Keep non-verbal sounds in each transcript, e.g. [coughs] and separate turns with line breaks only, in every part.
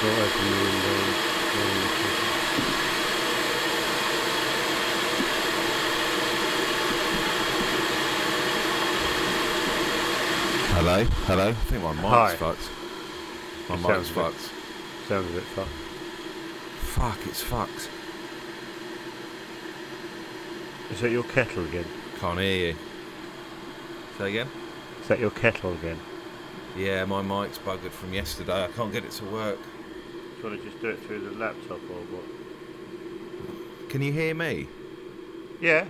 still at the million dollar location.
Hello, hello. I think my mic's
Hi.
fucked. My
It
mic's
sounds a bit-
fucked.
Sounds a bit fucked.
Fuck, it's fucked.
Is that your kettle again?
Can't hear you. Say again?
Is that your kettle again?
Yeah, my mic's buggered from yesterday. I can't get it to work.
Do you want to just do it through the laptop or what?
Can you hear me?
Yeah.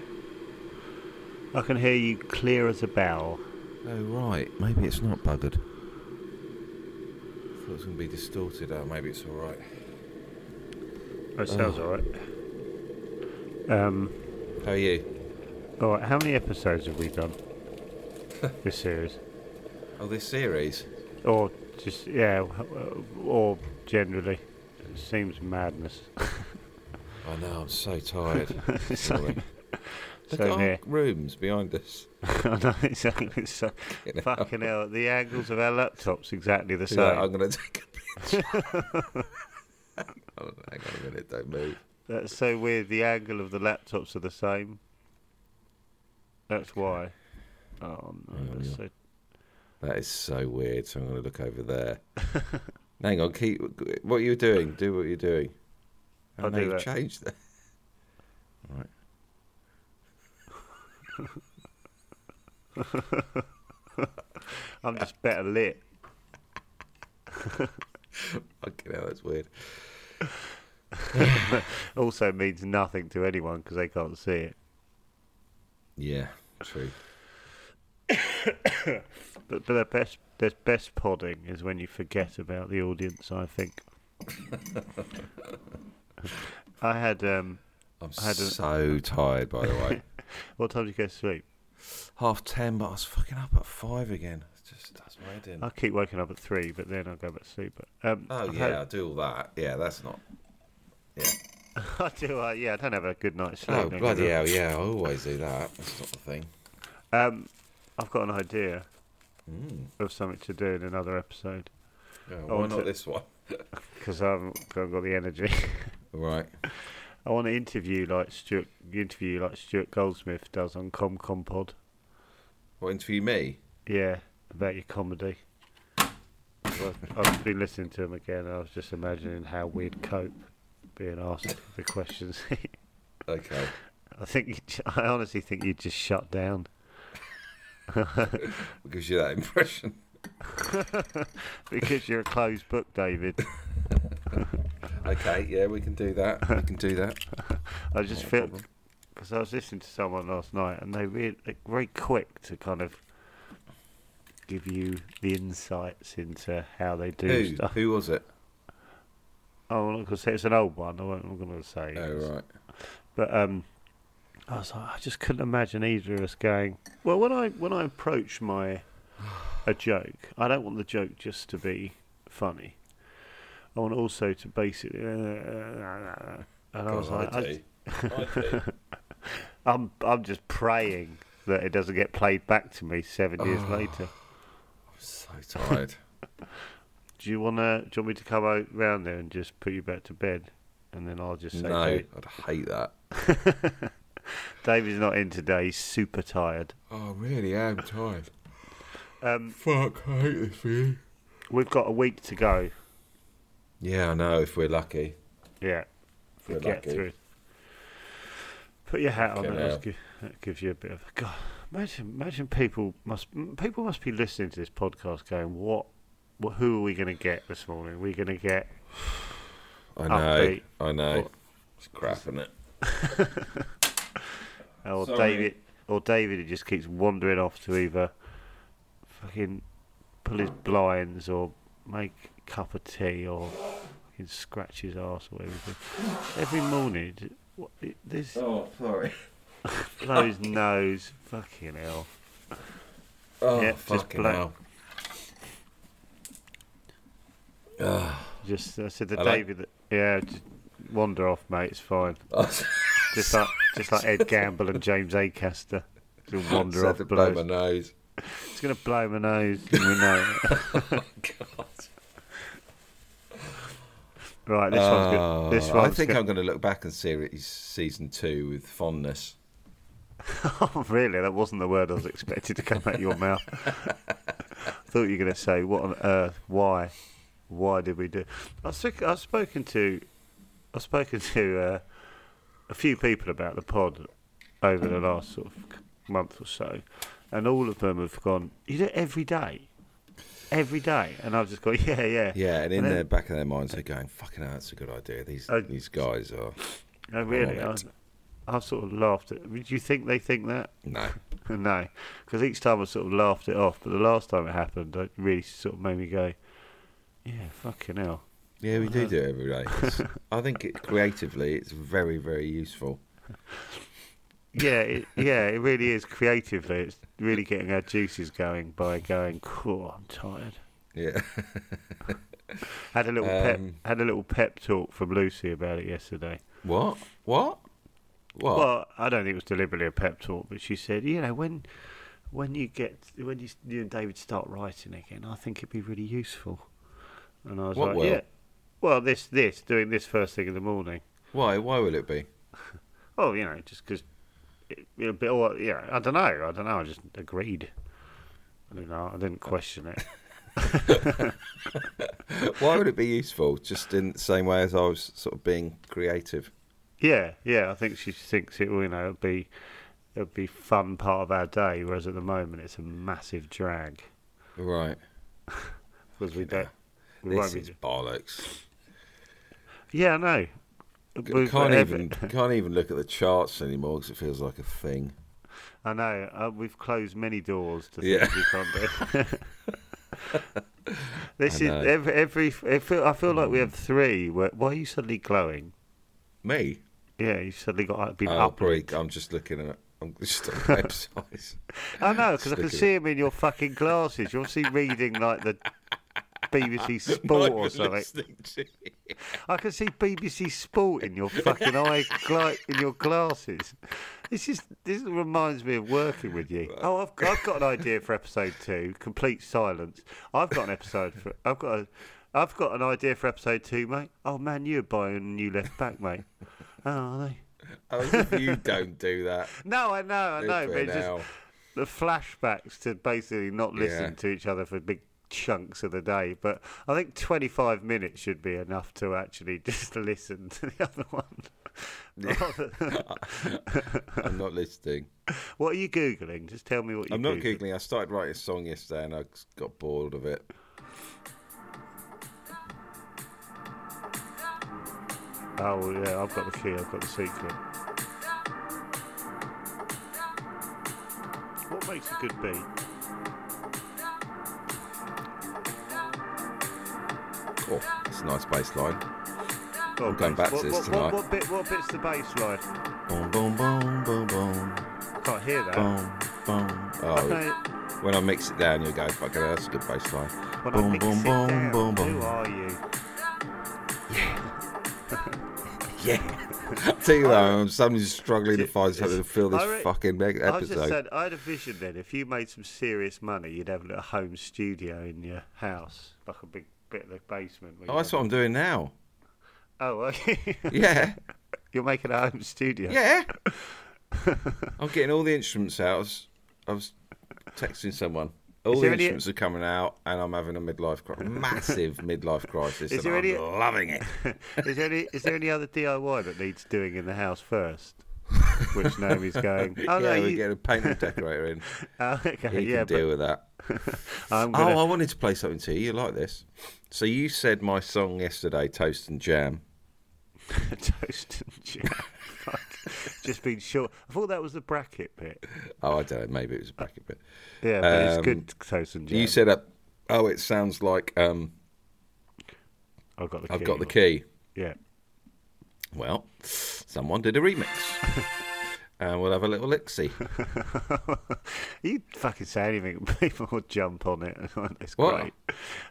I can hear you clear as a bell.
Oh, right. Maybe it's not buggered. I thought it was going to be distorted. Oh, maybe it's alright.
That Oh, sounds alright. Um,
How are you?
alright, how many episodes have we [laughs] done? this series?
Oh, this series?
Or just, yeah, uh, or generally. It seems madness.
I know, I'm
[laughs]
so tired.
so,
Sorry. Look at
same
our
here.
rooms behind us.
I know, exactly. So,
Fucking hell.
fucking hell, the angles of our laptops exactly the same.
Yeah, I'm going to take a
[laughs]
picture. [laughs] Hold on, Hang on a minute, don't move.
That's so weird. The angle of the laptops are the same. That's why. Oh no,
Hang on,
that's
yeah.
so
That is so weird. So I'm going to look over
[laughs]
there. Hang on, keep what you're doing. Do what you're doing.
I'll
now
do
you've
that.
changed that. [laughs] Right.
I'm just better lit.
Fucking hell, that's weird.
Also means nothing to anyone because they can't see it.
Yeah, true.
But but the best the best podding is when you forget about the audience. I
[laughs]
think. I had um.
I'm
I had a-
so tired, by the
[laughs]
way.
What time did you go to sleep?
Half ten, but I was fucking up at five again. It just does my head in.
I keep waking up at three, but then I go back to sleep. But, um,
Oh
I've
yeah,
had-
I do all that. Yeah, that's not. Yeah.
[laughs] I do. Uh, yeah, I don't have a good night's sleep.
Oh
don't get
bloody
me wrong.
hell! Yeah, I always do that. That's not the thing.
Um, I've got an idea
Mm.
of something to do in another episode
Yeah,
Oh,
why
it's
not
a-
this one?
because I haven't I haven't got the energy. [laughs]
Right.
I want to interview like Stuart, interview like Stuart Goldsmith does on ComCom Pod.
What interview me?
Yeah, about your comedy. Well, I've been listening to him again. and I was just imagining how we'd cope being asked the questions. [laughs]
Okay.
I think you'd, j- I honestly think you'd just shut down. [laughs]
What gives you that [laughs] impression?
Because you're a closed book, David.
Okay, yeah, we can do that. We can do that.
I [laughs] just
Not a
feel
problem.
because I was listening to someone last night, and they were like, very quick to kind of give you the insights into how they do
Who?
stuff.
Who was it?
Oh, I'm not gonna say it's an old one. I won't, I'm gonna say,
Oh right.
but um, I was like, I just couldn't imagine either of us going. Well, when I when I approach my a joke, I don't want the joke just to be funny. I want also to basically, and I was like,
God,
I,
do. I do.
I'm I'm just praying that it doesn't get played back to me seven years
Oh.
later.
I'm so
[laughs]
tired.
Do you wanna do you want me to come out round there and just put you back to bed? And then I'll just say
no,
"David-
I'd hate that.
[laughs] David's not in today, he's super tired.
Oh, I really am tired.
Um,
Fuck, I hate this for you.
we've got a week to go.
Yeah, I know. If we're lucky,
Yeah. If
if we're
we get
lucky.
through. Put your hat on
Fucking
that, was
hell.
gi- that gives you a bit of God imagine imagine people must m- people must be listening to this podcast going, What, what who are we gonna get this morning? Are we gonna get
I know.
Upbeat.
I know.
What?
It's crap, is it?
Or
Sorry.
David, or David, who just keeps wandering off to either fucking pull his
Oh.
blinds or make a cup of tea or fucking scratch his ass or everything. Every morning, d- what, i- this
Oh, sorry. [laughs]
blows nose, fucking hell.
Oh,
Yeah, just
fucking
blow.
hell. [laughs] Ugh.
Just I said to
Hello?
David, that, yeah, just wander off, mate. It's fine.
I was-
Just like just like Ed Gamble and James Acaster. Just
[laughs]
wander
had
off.
to blow my
Blows.
nose.
It's gonna [laughs]
[laughs] Oh
blow my nose. and we know it.
God.
Right, this one's good. This
Oh, I
one's
think
good.
I'm going to look back and see it- season two with fondness.
[laughs] Oh, really? That wasn't the word I was expected to come out your
[laughs]
mouth. Thought you were going to say, "What on earth? Why? Why did we do?" I've, sick- I've spoken to, I've spoken to uh, a few people about the pod over the last sort of c- month or so, and all of them have gone. You do it every day, every day, and I've just gone, yeah, yeah,
Yeah, and in
And then-
their back of their minds, they're going, "Fucking hell, that's a good idea." These
Uh,
these guys are
No, really,
on
I,
it.
I've sort of laughed at. Do you think they think that?
no.
no, because each time I sort of laughed it off, but the last time it happened, it really sort of made me go, "Yeah, fucking hell."
Yeah, we
Uh-huh.
do do it every day. It's- I think it, creatively, it's very very useful.
Yeah, it, yeah, it really is creatively. It's really getting our juices going by going, "Cool, I'm tired."
Yeah, [laughs]
Had a little pep,
Um,
had a little pep talk from Lucy about it yesterday.
what what what?
Well, I don't think it was deliberately a pep talk, but she said, "You know, when when you get when you, you and David start writing again, I think it'd be really useful." And I was
What
like,
will?
"Yeah." Well, this this doing this first thing in the morning.
Why why will it be?
Oh, you know, just because it, it'll be all, yeah, I don't know. I don't know. I just agreed. I don't know. I didn't question
[laughs]
it.
Why would it be useful? Just in the same way as I was sort of being creative.
yeah, yeah. I think she thinks it will, you know, it'll be, it'll be fun part of our day, whereas at the moment it's a massive drag
Right.
because we don't. We
This
won't be,
is bollocks.
yeah, I know.
Can't
We've got every- [laughs]
even can't even look at the charts anymore because it feels like a thing.
I know. Uh, we've closed many doors to
Yeah.
things we can't
[laughs]
do. this
I
is
know. Mm.
every. every it feel, I feel like we have three. Where, why are you suddenly glowing?
Me?
Yeah, you suddenly got like, been
Oh,
up.
probably, I'm just looking at. I'm just
[laughs]
on websites.
I know because I can
Sticking
see him in your fucking glasses. You're obviously reading like
[laughs]
the BBC [laughs] Sport or something. I can see BBC Sport in your fucking eye, gla- in your glasses. This is this reminds me of working with you. Oh, I've, I've got an idea for episode two. Complete silence. I've got an episode for. I've got a. I've got an idea for episode two, mate. Oh man, you're buying a new left back, mate. Oh, are they?
As if you don't do that.
No, I know, I
do
know,
for
but it's just
now.
the flashbacks to basically not listen
Yeah.
to each other for big chunks of the day. But I think 25 minutes should be enough to actually [laughs] just listen to the other one. [laughs] Rather-
I'm not listening.
what are you googling? Just tell me what you.
I'm not
Googled.
googling. I started writing a song yesterday and I just got bored of it.
Oh yeah, I've got the key. I've got the secret. What makes a good beat?
Oh, that's a nice bass line.
Oh,
going
bass.
back to
what,
this
what,
tonight.
What, what bit? What bit's the bass line?
Boom, boom, boom, boom, boom,
Can't hear that.
boom, boom.
I
Oh,
can't-
when I mix it down, you'll go, fucking hell, that's a good bass line.
When I
Boom,
mix
boom,
it
boom,
down,
boom,
Who
boom.
are you?
Yeah. [laughs] Tell you that, I'm suddenly struggling to find something to fill
I re-
this fucking me-
I was just
episode.
saying, I had a vision then. If you made some serious money, you'd have a little home studio in your house, like a big bit of the basement. where
Oh,
you
that's
have-
what I'm doing now.
Oh, okay. [laughs]
Yeah.
You're making a home studio.
Yeah. [laughs] I'm getting all the instruments out. I was, I was texting someone. All
Is
the
there any-
instruments are coming out, and I'm having a midlife crisis,
[laughs]
massive midlife
Is
crisis, and
there
I'm
any-
loving it.
[laughs] is there any is there any other DIY that needs doing in the house first?
[laughs]
Which Naomi's going. [laughs] Oh
yeah,
no,
we're
you,
getting a painting decorator in.
[laughs] oh, okay,
He
yeah,
can deal with that.
but I'm gonna.
Oh, I wanted to play something to you. You like this? So you said my song yesterday, "Toast and Jam." Oh,
[laughs] toast and jam. [laughs] Fuck. Just been short. I thought that was the bracket bit.
Oh, I don't know. Maybe it was a bracket bit.
Yeah, but it's
Um,
good toast and jam.
You said, uh, "Oh, it sounds like um,
I've got the.
I've
key.
got the key."
Yeah.
Well, someone did a remix.
[laughs]
and we'll have a little lixie.
[laughs] You fucking say anything, [laughs] people will jump on it. [laughs] It's
What?
great.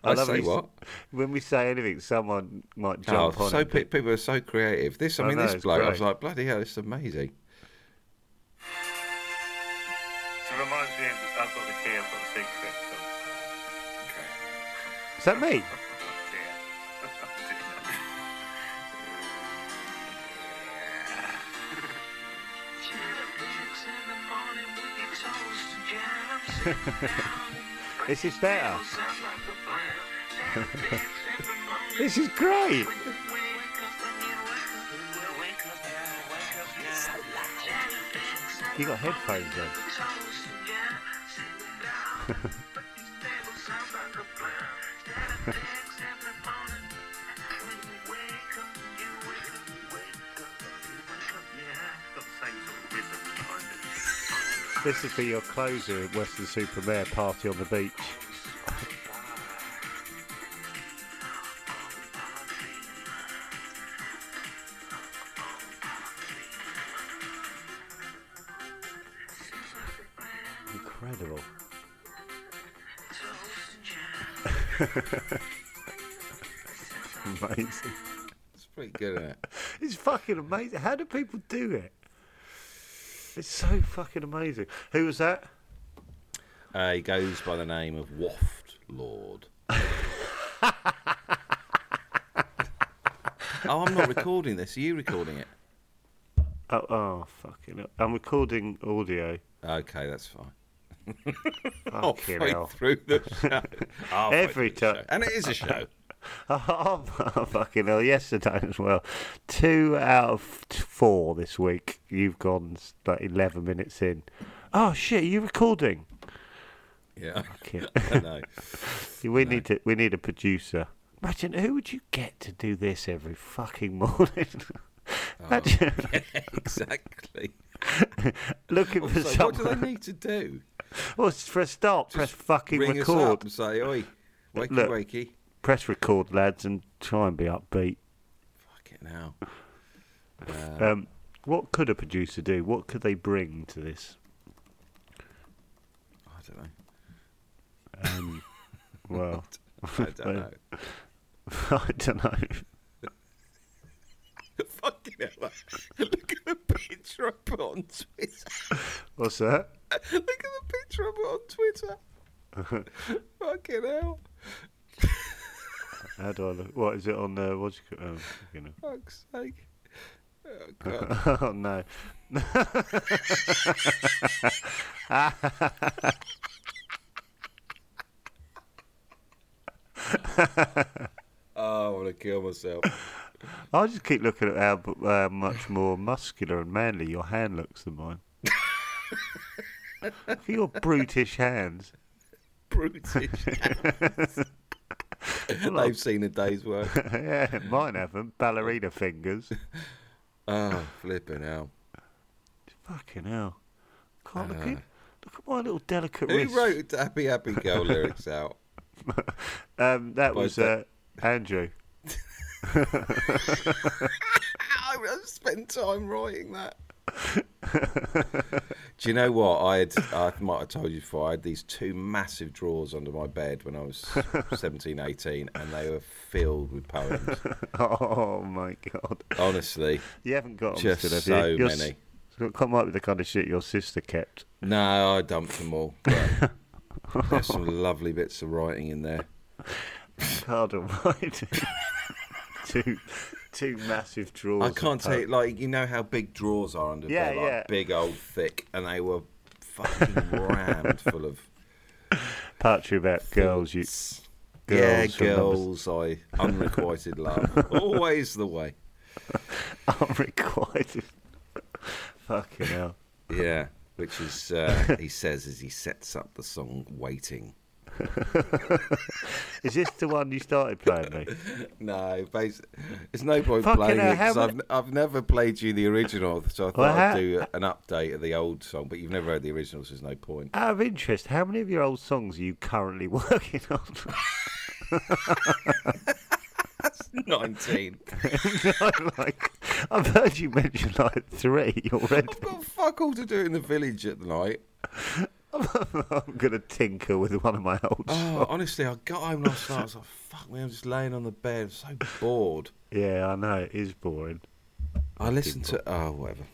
I,
love
say
when you-
what?
When we say anything, someone might
Oh,
jump on
so
it.
pe- people are so creative. This, I,
I
mean,
know,
this
it's
bloke, I was
great.
like, bloody hell, this is amazing.
It reminds me of I've got the key, I've got the secret. Is that me? This is better. [laughs] this is great. You got headphones on. This would be your closer at Western Supermare Party on the Beach. Incredible. [laughs] Amazing.
It's pretty good, isn't it?
It's fucking amazing. How do people do it? It's so fucking amazing. Who was that?
[laughs] Uh, he goes by the name of Waft Lord. [laughs] oh, I'm not recording this. Are you recording it?
Oh, oh fucking hell. I'm recording audio. [laughs]
Okay, that's fine. [laughs]
Fucking
Halfway
hell.
through the show. Halfway
Every
through the
time.
show. And it is a [laughs] show.
Oh, fucking hell. Yesterday as well. Two out of t- four this week. You've gone s- like 11 minutes in. Oh, shit. Are you recording?
Yeah.
Okay.
[laughs] I know.
we, need to, we need a producer. Imagine who would you get to do this every fucking [laughs] morning? Imagine [laughs]
exactly.
looking for
So what do
someone.
they need to do?
Well, s- press start. Press fucking
Ring us
record.
up and say, oi, wakey
Look.
wakey.
Press record, lads, and try and be upbeat.
Fucking hell. Uh,
Um, what could a producer do? What could they bring to this?
I don't know.
Um, well,
I don't know.
[laughs]
[laughs]
I don't know.
Fucking hell. [laughs] Look at the picture I put on Twitter. [laughs]
What's that?
Look at the picture I put on Twitter. Fucking hell.
How do I look? What is it on the? What's it? Um, you know.
Fuck's sake. Oh, God.
[laughs] Oh no.
oh, I want to kill myself.
I just keep looking at how b- uh, much more muscular and manly your hand looks than
[laughs]
mine. Look at your brutish hands. [laughs]
Brutish. They've seen a day's work.
yeah, mine haven't. Ballerina fingers.
Oh, flipping hell.
Fucking hell. Can't look
Uh.
at look at my little delicate
Who
wrist.
wrote Happy Happy Girl lyrics out?
Um, that
Why
was
is
uh, Andrew. [laughs]
I have spent time
[laughs]
writing that. Do you know what? I had, I might have told you before, I had these two massive drawers under my bed when
[laughs]
I was 17, 18, and they were filled with poems.
Oh my god! [laughs]
Honestly.
You haven't got 'em
Just
still, have
so
you? Your s-
many.
It come up with the kind of shit your sister kept.
No, I dumped them all. but There's some lovely bits of writing in there.
Card [laughs] almighty. two, two massive drawers.
I
of
can't
poems.
take, like, you know how big drawers are under
Uh, Yeah,
bed, like
yeah.
big, old, thick, and they were fucking rammed full of
poetry about girls. You
It's-
girls
yeah,
from number-
girls. I unrequited [laughs] love, always the way.
[laughs] unrequited. Fucking hell!
Yeah, which is uh, he says as he sets up the song "Waiting."
Is this the one you started playing
[laughs]
me?
No, basi- it's no point
Fucking
playing
hell,
it because
how
I've, I've never played you the original, so I thought
Well,
I'd
how-
do an update of the old song. But you've never heard the original, so there's no point.
Out of interest, how many of your old songs are you currently [laughs] working on?
[laughs] Nineteen.
No, [laughs] like, I've heard you mention like three already.
I've got fuck all to do in the village
[laughs]
at night.
I'm gonna tinker with one of my old.
Oh, honestly, I got home last night. I was like, "Fuck me!" I'm just laying on the bed, I'm so bored.
Yeah, I know it is boring.
I listened to oh whatever.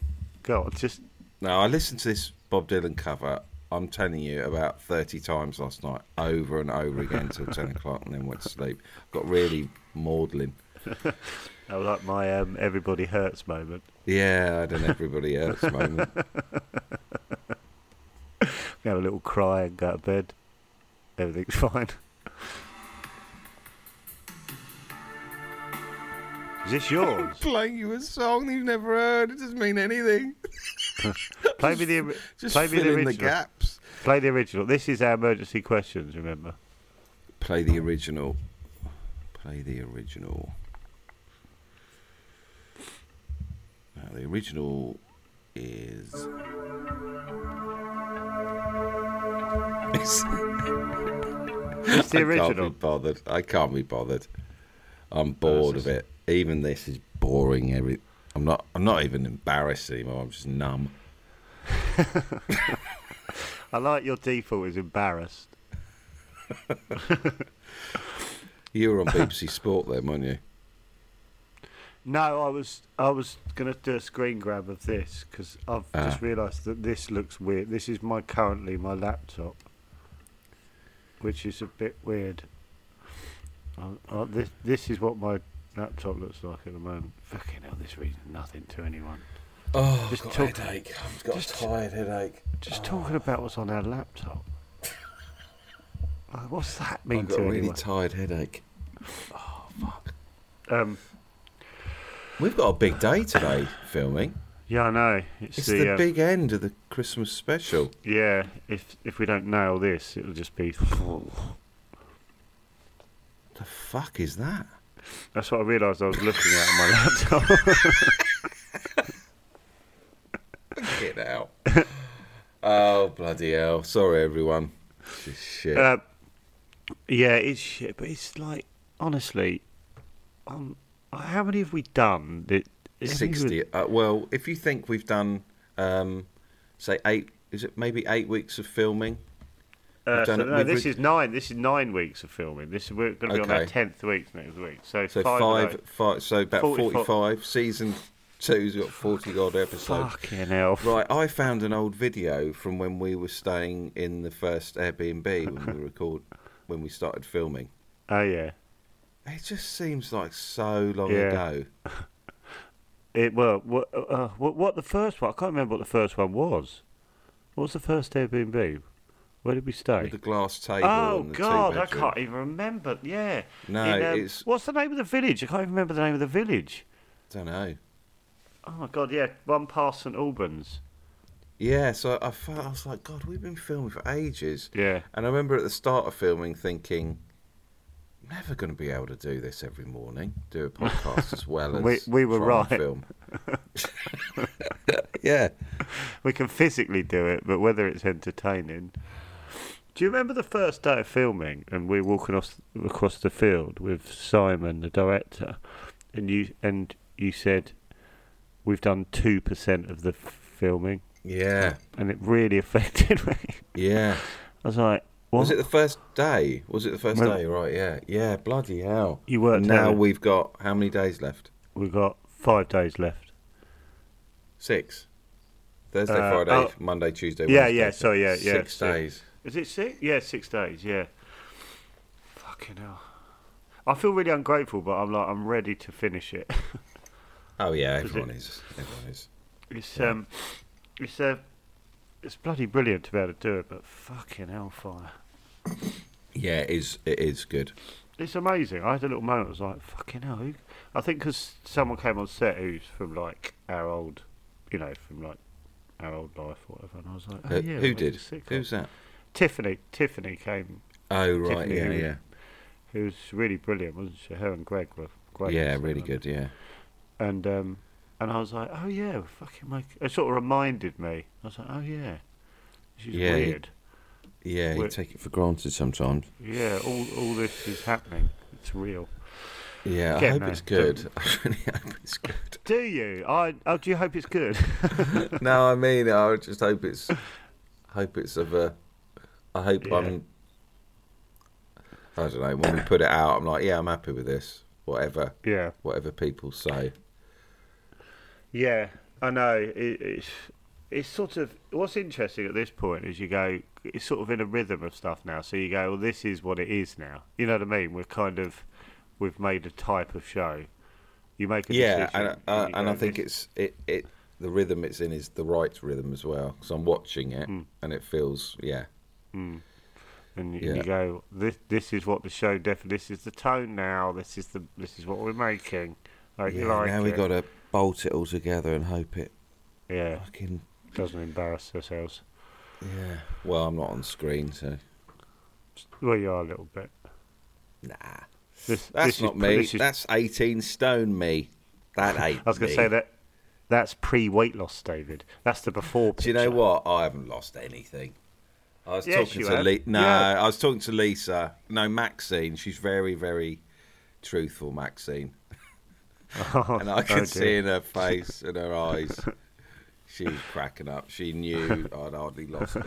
Go on, just
Now I listened to this Bob Dylan cover. I'm telling you about 30 times last night, over and over again [laughs] till 10 o'clock, and then went to sleep. Got really maudlin.
I like my um, "Everybody Hurts" moment.
[laughs] Yeah, I don't know everybody else moment.
I'm have a little cry and go to bed. Everything's [laughs] fine. Is this yours?
[laughs] Playing you a song you've never heard. It doesn't mean anything.
play me the ori-
Just
play me
fill
the
in the
original.
gaps.
play the original. This is our emergency questions.
[laughs]
Remember.
Play the original. Play the original. Now, the original is. [laughs]
It's
It's
the
I can't
original.
be bothered. I can't be bothered. I'm bored of it. Even this is boring. Every I'm not. I'm not even embarrassed anymore. I'm just numb.
I like your default is embarrassed. [laughs]
You were on BBC Sport then, weren't you?
No, I was I was gonna do a screen grab of this because I've just
Ah.
realised that this looks weird. This is my currently my laptop, which is a bit weird. Uh, uh, this this is what my laptop looks like at the moment. Fucking hell, this means nothing to anyone.
Oh,
Just got a talk-
headache. I've got
just-
tired headache.
Just talking about what's on our laptop.
[laughs]
Uh, what's that mean
I've
to
got a really
anyone?
tired headache.
um,
We've got a big day today filming.
yeah, I know. It's,
It's
the,
the,
um,
big end of the Christmas special.
yeah. If if we don't nail this, it'll just be.
The fuck is that?
That's what I realised I was looking at on my [laughs] laptop. [laughs]
Get out. oh bloody hell! Sorry everyone. This is shit.
uh, yeah, it's shit, but it's like honestly, um, how many have we done? That I think it was-
60 uh, well if you think we've done um say eight is it maybe eight weeks of filming
Uh,
We've
so
done it-
no,
we've
this
re-
is nine. This is nine weeks of filming. This is, we're going to be on our
Okay.
tenth week next week. So,
so
five.
five
of
five,
those.
so about
45.
45, season two's got 40 odd episodes
Fucking hell!
right i found an old video from when we were staying in the first airbnb when we record when we started filming
Oh yeah.
it just seems like so long
Yeah.
ago
It well, what, uh, what, what the first one? I can't remember what the first one was. What was the first Airbnb? Where did we stay?
with the glass table
Oh
and the
God,
two
I can't even remember. Yeah.
No,
um,
it's-
what's the name of the village? I can't even remember the name of the village.
don't know
Oh my God, yeah, one past St Albans.
Yeah, so I felt I was like, God, we've been filming for ages.
Yeah.
And I remember at the start of filming thinking, never going to be able to do this every morning, do a podcast as well as
[laughs] We- we were
try and
right. [laughs]
film. yeah,
We can physically do it, but whether it's entertaining. Do you remember the first day of filming and we were walking off, across the field with Simon, the director, and you and you said, "We've done two percent of the f- filming,"
yeah,
and it really [laughs] affected me.
yeah.
I was like, "What?"
Was it the first day? Was it the first
Well-
day? Right, yeah, yeah. Bloody hell!
You worked
And now
out.
we've got how many days left?
We've got five days left.
Six. Thursday,
Uh,
Friday,
oh.
Monday, Tuesday.
Yeah,
Wednesday.
yeah, sorry, yeah, yeah,
Six
six.
days.
Is it six? Yeah, six days. Yeah. Fucking hell. I feel really ungrateful, but I'm like I'm ready to finish it. [laughs]
Oh yeah,
it-
everyone is. Everyone is.
It's um, it's uh, it's bloody brilliant to be able to do it, but fucking hellfire.
Yeah, it is. It is good.
It's amazing. I had a little moment. I was like, fucking hell. Who? I think because someone came on set who's from like our old, you know, from like our old life or whatever, and I was like, oh,
Uh,
yeah,
who
like
did?
sitcom.
Who's that?
Tiffany? Tiffany came
Oh right,
Tiffany
yeah,
Hewitt.
yeah,
who was really brilliant, wasn't she? Her and Greg were great.
yeah,
so,
really
um,
good, yeah.
And um, and I was like, oh yeah, we fucking make. It sort of reminded me. I was like, oh yeah, she's
Yeah, you-
weird.
Yeah, you
We're-
take it for granted sometimes.
Yeah, all all this is happening. It's real.
Yeah, I
Yeah,
hope
no,
it's good. [laughs] I really hope it's good.
Do you? I oh, do you hope it's
[laughs]
good?
no, I mean, I just hope it's, hope it's of a, I hope
Yeah.
I'm. I don't know. When we put it out, I'm like, yeah, I'm happy with this. Whatever,
yeah,
whatever people say.
yeah. I know. It, it's it's sort of what's interesting at this point is you go. It's sort of in a rhythm of stuff now. So you go, well, this is what it is now. You know what I mean? We're kind of we've made a type of show. You make a
yeah,
decision
and uh,
you
and
go,
I think
this-
it's it it the rhythm it's in is the right rhythm as well. Because I'm watching it
Mm.
and it feels yeah.
Mm. And, y-
Yeah.
you go, this this is what the show definitely. This is the tone now. This is the this is what we're making. Like you
yeah
like
now we
it.
got to bolt it all together and hope it
Yeah,
fucking
doesn't embarrass ourselves.
yeah. Well, I'm not on screen, so
Well, you are a little bit.
nah.
This,
That's
this
not
is,
me.
This is,
That's 18 stone me.
[laughs]
That ain't.
I was going
me.
to say that that's pre weight loss, David. That's the before.
Do you
Picture.
know what? I haven't lost anything. I was
Yes,
talking
you
to
have.
Lisa. No,
Yeah.
I was talking to Lisa. No, Maxine. She's very, very truthful, Maxine.
Oh,
And
[laughs]
I could see in her face and her eyes, she was cracking up.
[laughs]
She knew I'd hardly lost it.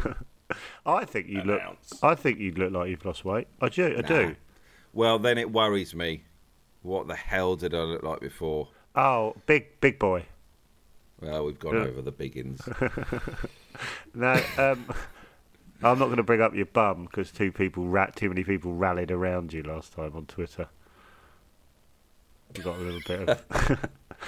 I think you
an
look.
ounce.
I think you look like you've lost weight. I do. I
Nah.
do.
Well, then it worries me. What the hell did I look like before?
Oh, big big boy.
Well, we've gone
Yeah.
over the biggins.
No, um, [laughs] I'm not going to bring up your bum because two people, ra- too many people, rallied around you last time on Twitter. You got a little bit of,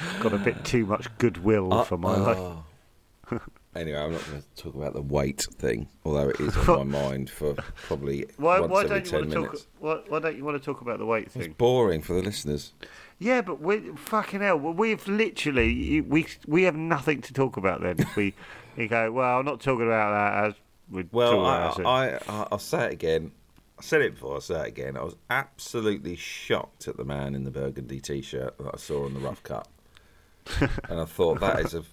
[laughs] got a bit too much goodwill [laughs]
Uh,
for my life.
Oh. anyway, I'm not going to talk about the weight thing, although it is
[laughs]
on my mind for probably
Why,
once
why
every
don't you
10
want to talk?
minutes.
Why, why don't you want to talk about the weight
It's
thing?
boring for the listeners.
Yeah, but we fucking hell. well, We've literally we we have nothing to talk about. Then if
[laughs]
we you go, well, I'm not talking about that. As we talk
Well, I,
about it.
I, I, I'll say it again. I said it before, I'll say it again. I was absolutely shocked at the man in the burgundy t shirt that I saw on the Rough
[laughs]
Cut. and I thought, that is a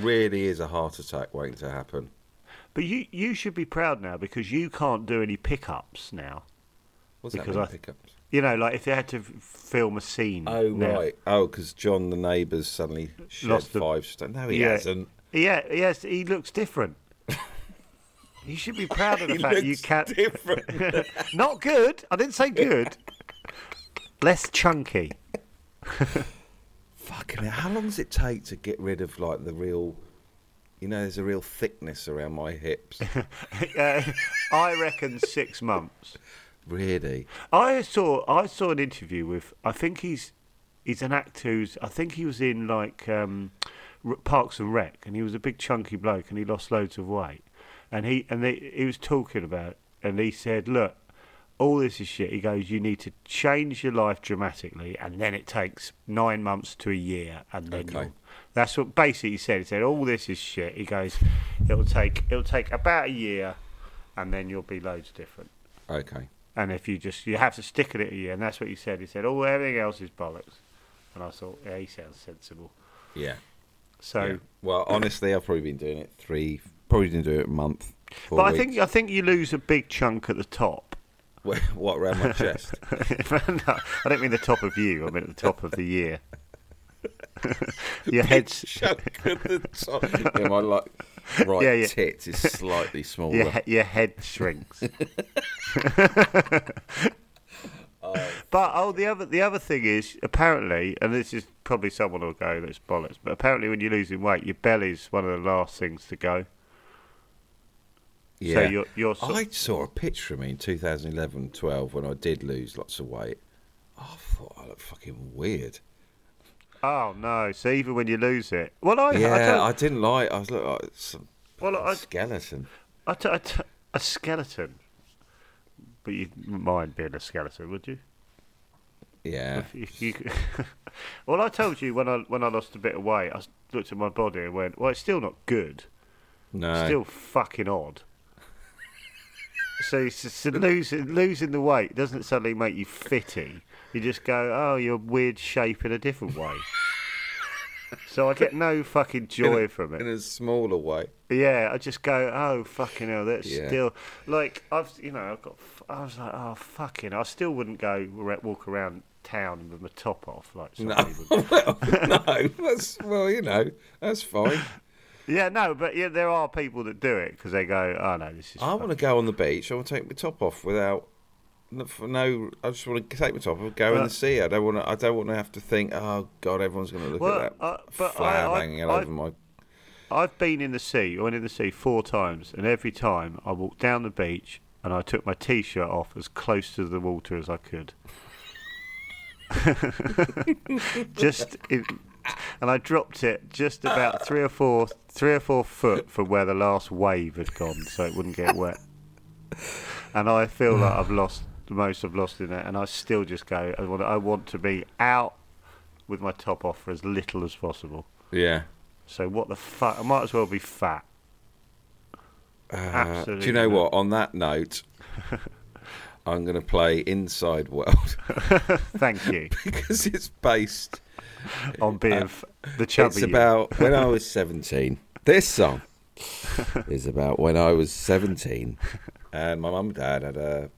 really is a heart attack waiting to happen.
but you you should be proud now because you can't do any pickups now.
What's that
Because
mean,
I-
pickups?
You know, like if they had to f- film a scene.
Oh,
now.
right. Oh, because John the neighbour's suddenly shed
Lost the-
five stone. No, he
Yeah.
hasn't.
Yeah, yes, he looks
[laughs]
different. you should be proud of [laughs] the
He
fact you
looks
can't. [laughs]
different.
Not good. I didn't say good. Less
[laughs]
chunky. [laughs]
Fucking hell, how long does it take to get rid of like the real, you know, there's a real thickness around
[laughs]
my hips.
Uh, I reckon six months.
really?
I saw I saw an interview with I think he's he's an actor who's I think he was in like um, R- Parks and Rec and he was a big chunky bloke and he lost loads of weight and he and they, he was talking about it and he said look all this is shit he goes you need to change your life dramatically and then it takes nine months to a year and then
Okay.
you'll that's what basically he said he said all this is shit he goes it'll take it'll take about a year and then you'll be loads different
Okay.
and if you just you have to stick at it a year, and that's what he said. He said, "Oh, everything else is bollocks," and I thought, "Yeah, he sounds sensible."
Yeah.
So,
yeah. Well, honestly, I've probably been doing it three, probably didn't do it a month. Four
but I
weeks.
think I think you lose a big chunk at the top. [laughs]
Wha- [laughs] what around my chest?
no, I don't mean the top of you. I mean at the top of the year. [laughs] your [laughs]
[laughs]
head's
Chunk at the
[laughs]
top. Yeah, my like, right
Yeah, yeah.
tit is slightly smaller.
your, he- your head
[laughs]
shrinks. [laughs] But oh, the other the other thing is apparently, and this is probably someone will go that's bollocks. But apparently, when you're losing weight, your belly's one of the last things to go.
Yeah.
So you're you're sort
I saw a picture of me in 2011 12 when I did lose lots of weight. I thought I looked fucking weird.
Oh no! So even when you lose it, well, [laughs] I, I
Yeah,
don't,
I, didn't like. I was looking like some
well, I,
skeleton.
I t- I t- a skeleton. But you wouldn't mind being a skeleton, would you?
Yeah,
If you could- [laughs] well, I told you when I when I lost a bit of weight, I s- looked at my body and went, "Well, it's still not good.
no.
Still fucking odd." so, it's just- so losing losing the weight doesn't suddenly make you fitty. You just go, "Oh, you're weird shape in a different way." so I get no fucking joy from it.
[laughs] in a smaller way.
Yeah, I just go, oh fucking hell, that's
Yeah.
still like I've you know I've got f- I was like oh fucking I still wouldn't go ra- walk around town with my top off like some
No,
people.
[laughs] well, no. That's well, you know, that's fine.
yeah no but yeah there are people that do it because they go oh no this is
I want to go on the beach. I want to take my top off without no- for no. I just want to take my top off, go in
Well-
the sea. I don't want to. I don't want to have to think. Oh God, everyone's going to look
Well,
at that
uh, but I-
flab
I- I-
hanging over my.
I've been in the sea I went in the sea four times and every time I walked down the beach and I took my t-shirt off as close to the water as I could [laughs] just it, and I dropped it just about three or four three or four foot from where the last wave had gone, so it wouldn't get wet. And I feel like I've lost the most I've lost in it, and I still just go. I want, I want to be out with my top off for as little as possible.
Yeah.
So what the fuck? I might as well be fat. [laughs]
Uh, do you know what? On that note,
[laughs]
I'm going to play Inside World
Thank you
[laughs] because it's based. [laughs]
on being f- the chubby.
Uh, It's
you.
about when I was 17. This song is about when I was 17, and my mum and dad had a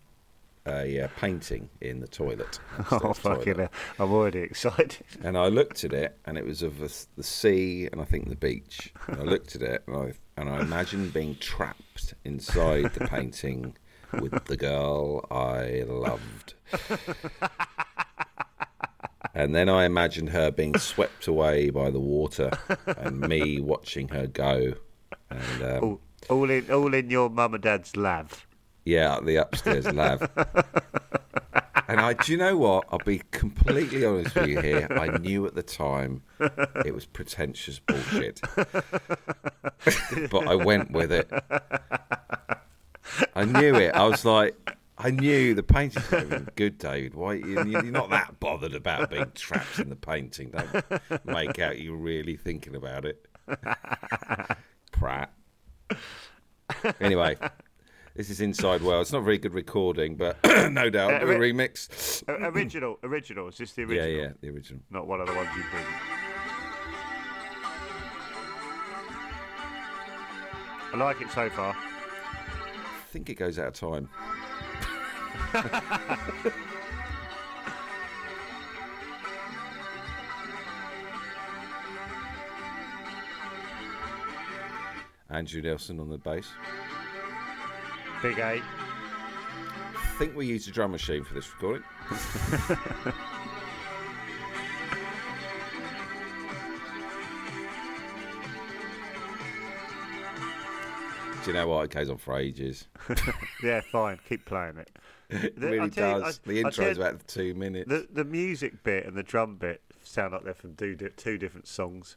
a uh, painting in the toilet.
[laughs] [laughs] Oh
upstairs toilet.
fucking! Hell. I'm already excited. [laughs]
And I looked at it, and it was of the, the sea and I think the beach. And I looked at it, and I and I imagined being trapped inside the painting with the girl I loved. And then I imagined her being swept away by the water, and me watching her go. And um,
All, all in all in your mum and dad's lav.
yeah, the upstairs lav. and I, do you know what? I'll be completely honest with you here. I knew at the time it was pretentious bullshit, but I went with it. I knew it. I was like, I knew the painting's not even good, David. Why you- you're not that bothered about being trapped in the painting? Don't make out you're really thinking about it, Pratt. Anyway. This is Inside Well. It's not a very good recording, but [clears throat] no doubt
Yeah,
a
ri-
remix.
O- original, original. Is this the
Yeah,
original?
yeah, the original.
Not one of the ones you did. I like it so far.
I think it goes out of time. Andrew Nelson on the bass.
Big A.
I think we used a drum machine for this recording. [laughs] Do you know what? It goes on for ages.
Yeah, fine. Keep playing it.
[laughs] It really does. the intro's about two minutes.
the the music bit and the drum bit sound like they're from two, di- two different songs,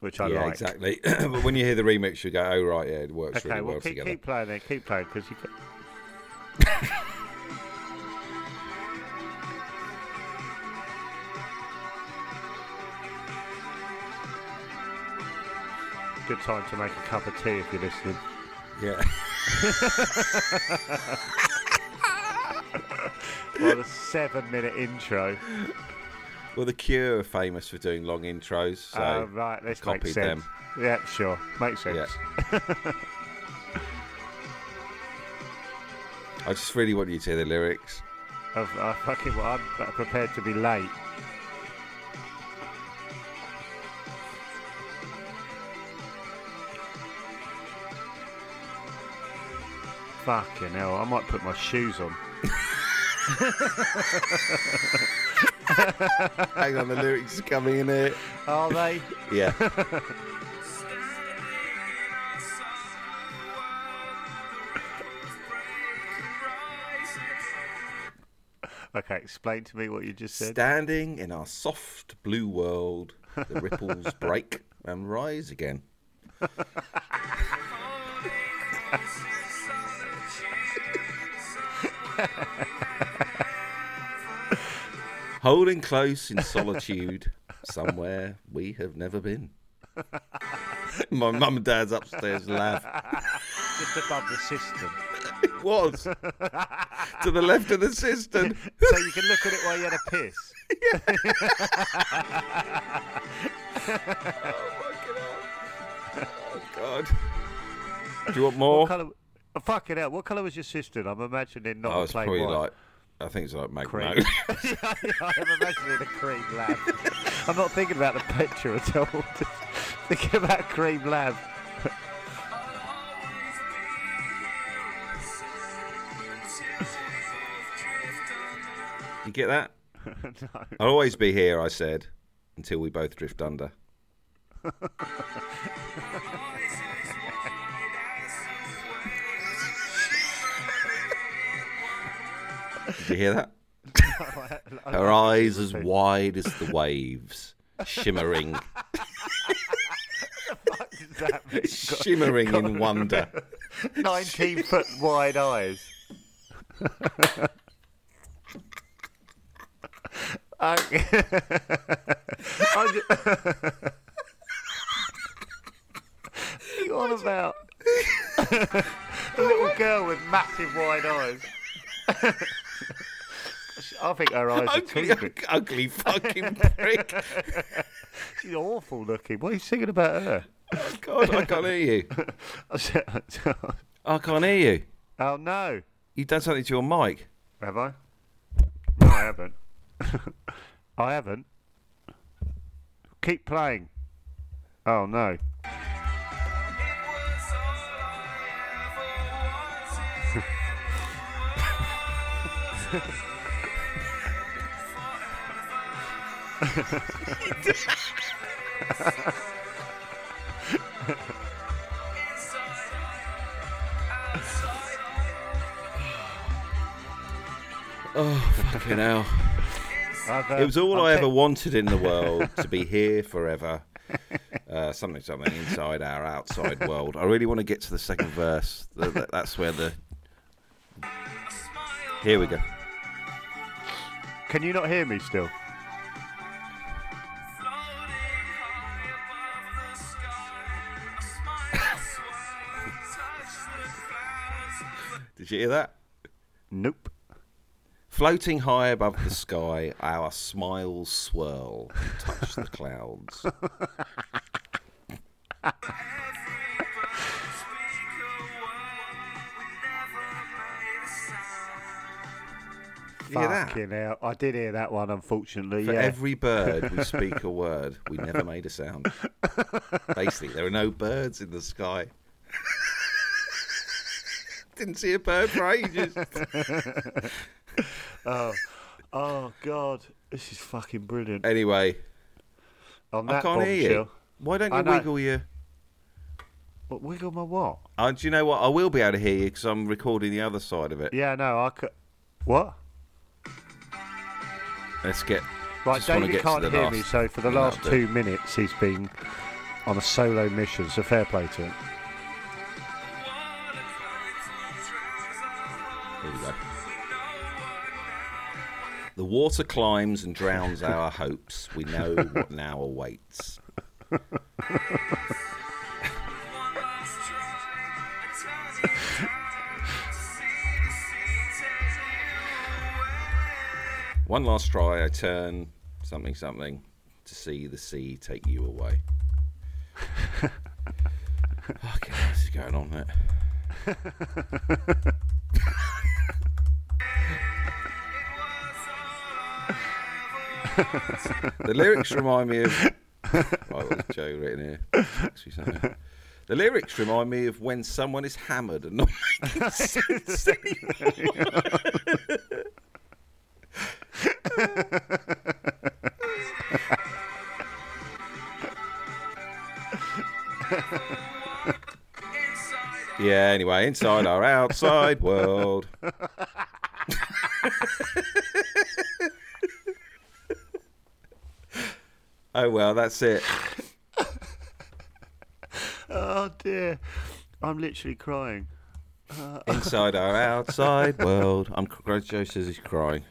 which I
yeah,
like.
exactly. [coughs] but when you hear the remix, you go, "Oh right, yeah, it works
Okay,
really
well,
well
keep,
together."
keep playing it. Keep playing because you. Got... [laughs] Good time to make a cup of tea if you're listening.
Yeah, [laughs]
Well, a seven-minute intro.
well, the Cure are famous for doing long intros, [laughs] so
Uh, right, this
copied
makes sense.
them.
Yeah, sure, makes sense.
yeah. [laughs] I just really want you to hear the lyrics.
I've, I uh, fucking, well, I'm prepared to be late. Fucking hell, I might put my shoes on.
Hang on, the lyrics are coming in here.
Are they?
Yeah.
[laughs] okay, explain to me what you just said.
Standing in our soft blue world, the ripples break and rise again. Holding close in solitude, somewhere we have never been. My mum and dad's upstairs laugh.
just above the system.
It was to the left of the cistern. [laughs]
so you can look at it while you had a piss.
Oh, God. Do you want more?
What colour? Oh, fucking hell, what colour was your cistern? I'm imagining not
I
a
was
plain
Oh, probably
white.
like, I think it's like
Cream.
Magno.
yeah, I'm imagining a cream lab. [laughs] I'm not thinking about the picture at all. [laughs] Just thinking about cream lab.
you get that?
no.
I'll always be here, I said, until we both drift under. Did you hear that? Her eyes as wide as the waves, shimmering,
What does that mean?
shimmering in wonder.
19 foot wide eyes. [laughs] [laughs] Okay. I ju- [laughs] What are you on about? [laughs] A little girl with massive wide eyes. [laughs] I think her eyes are too
Ugly,
big.
ugly fucking prick.
She's awful looking. What are you singing about her? [laughs]
God, I can't hear you.
I said- [laughs]
I can't hear you.
oh no.
You've done something to your mic.
Have I? No, I haven't. [laughs] I haven't. Keep playing. Oh no.
Fucking hell.
I've, uh,
It was all
I'm
i
te-
ever wanted in the world to be here forever. Uh, something, something inside our outside world. I really want to get to the second verse. Th- th- That's where the. Here we go.
Can you not hear me still?
Did you hear that?
Nope.
Floating high above the sky, our smiles swirl, and touch the clouds. You hear that?
Fucking hell. I did hear that one, unfortunately.
For
yeah.
every bird,
[laughs]
we speak a word. We never made a sound. Basically, there are no birds in the sky. [laughs] Didn't see a bird for ages.
Oh god, this is fucking brilliant.
Anyway,
On
I
that
can't hear you.
bombshell-
Why don't
I
you
know.
wiggle your?
What, wiggle my what?
Uh, do you know what? I will be able to hear you because I'm recording the other side of it.
Yeah, no, I could. What?
Let's get.
Right,
just wanna
David
get
can't
to the
hear
last.
me, so for the
No,
last
but-
two minutes he's been on a solo mission, so fair play to him.
Here we go. The water climbs and drowns our hopes. We know what now awaits. One last try, I turn something something to see the sea take you away. Fucking hell, this is going on, isn't it? The lyrics remind me of. Right, what's Joe written here? Actually, something. The lyrics remind me of when someone is hammered and not making sense anymore. Yeah, anyway, inside our outside world. Oh, well, that's it.
Oh dear, I'm literally crying.
Inside our outside world. I'm cr- Joe says he's crying.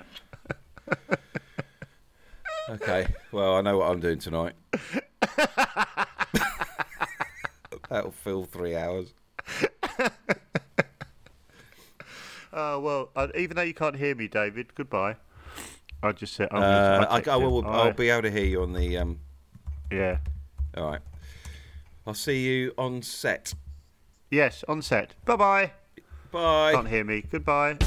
Okay. Well, I know what I'm doing tonight. [laughs] That'll fill three hours.
Oh well, uh, even though you can't hear me, David, goodbye. I just said, I'm
Uh,
gonna-
I,
text
I
him.
will,
All
I'll
right.
be able to hear you on the. Um,
Yeah.
all right. I'll see you on set.
Yes, on set. Bye bye.
Bye.
Can't hear me. Goodbye.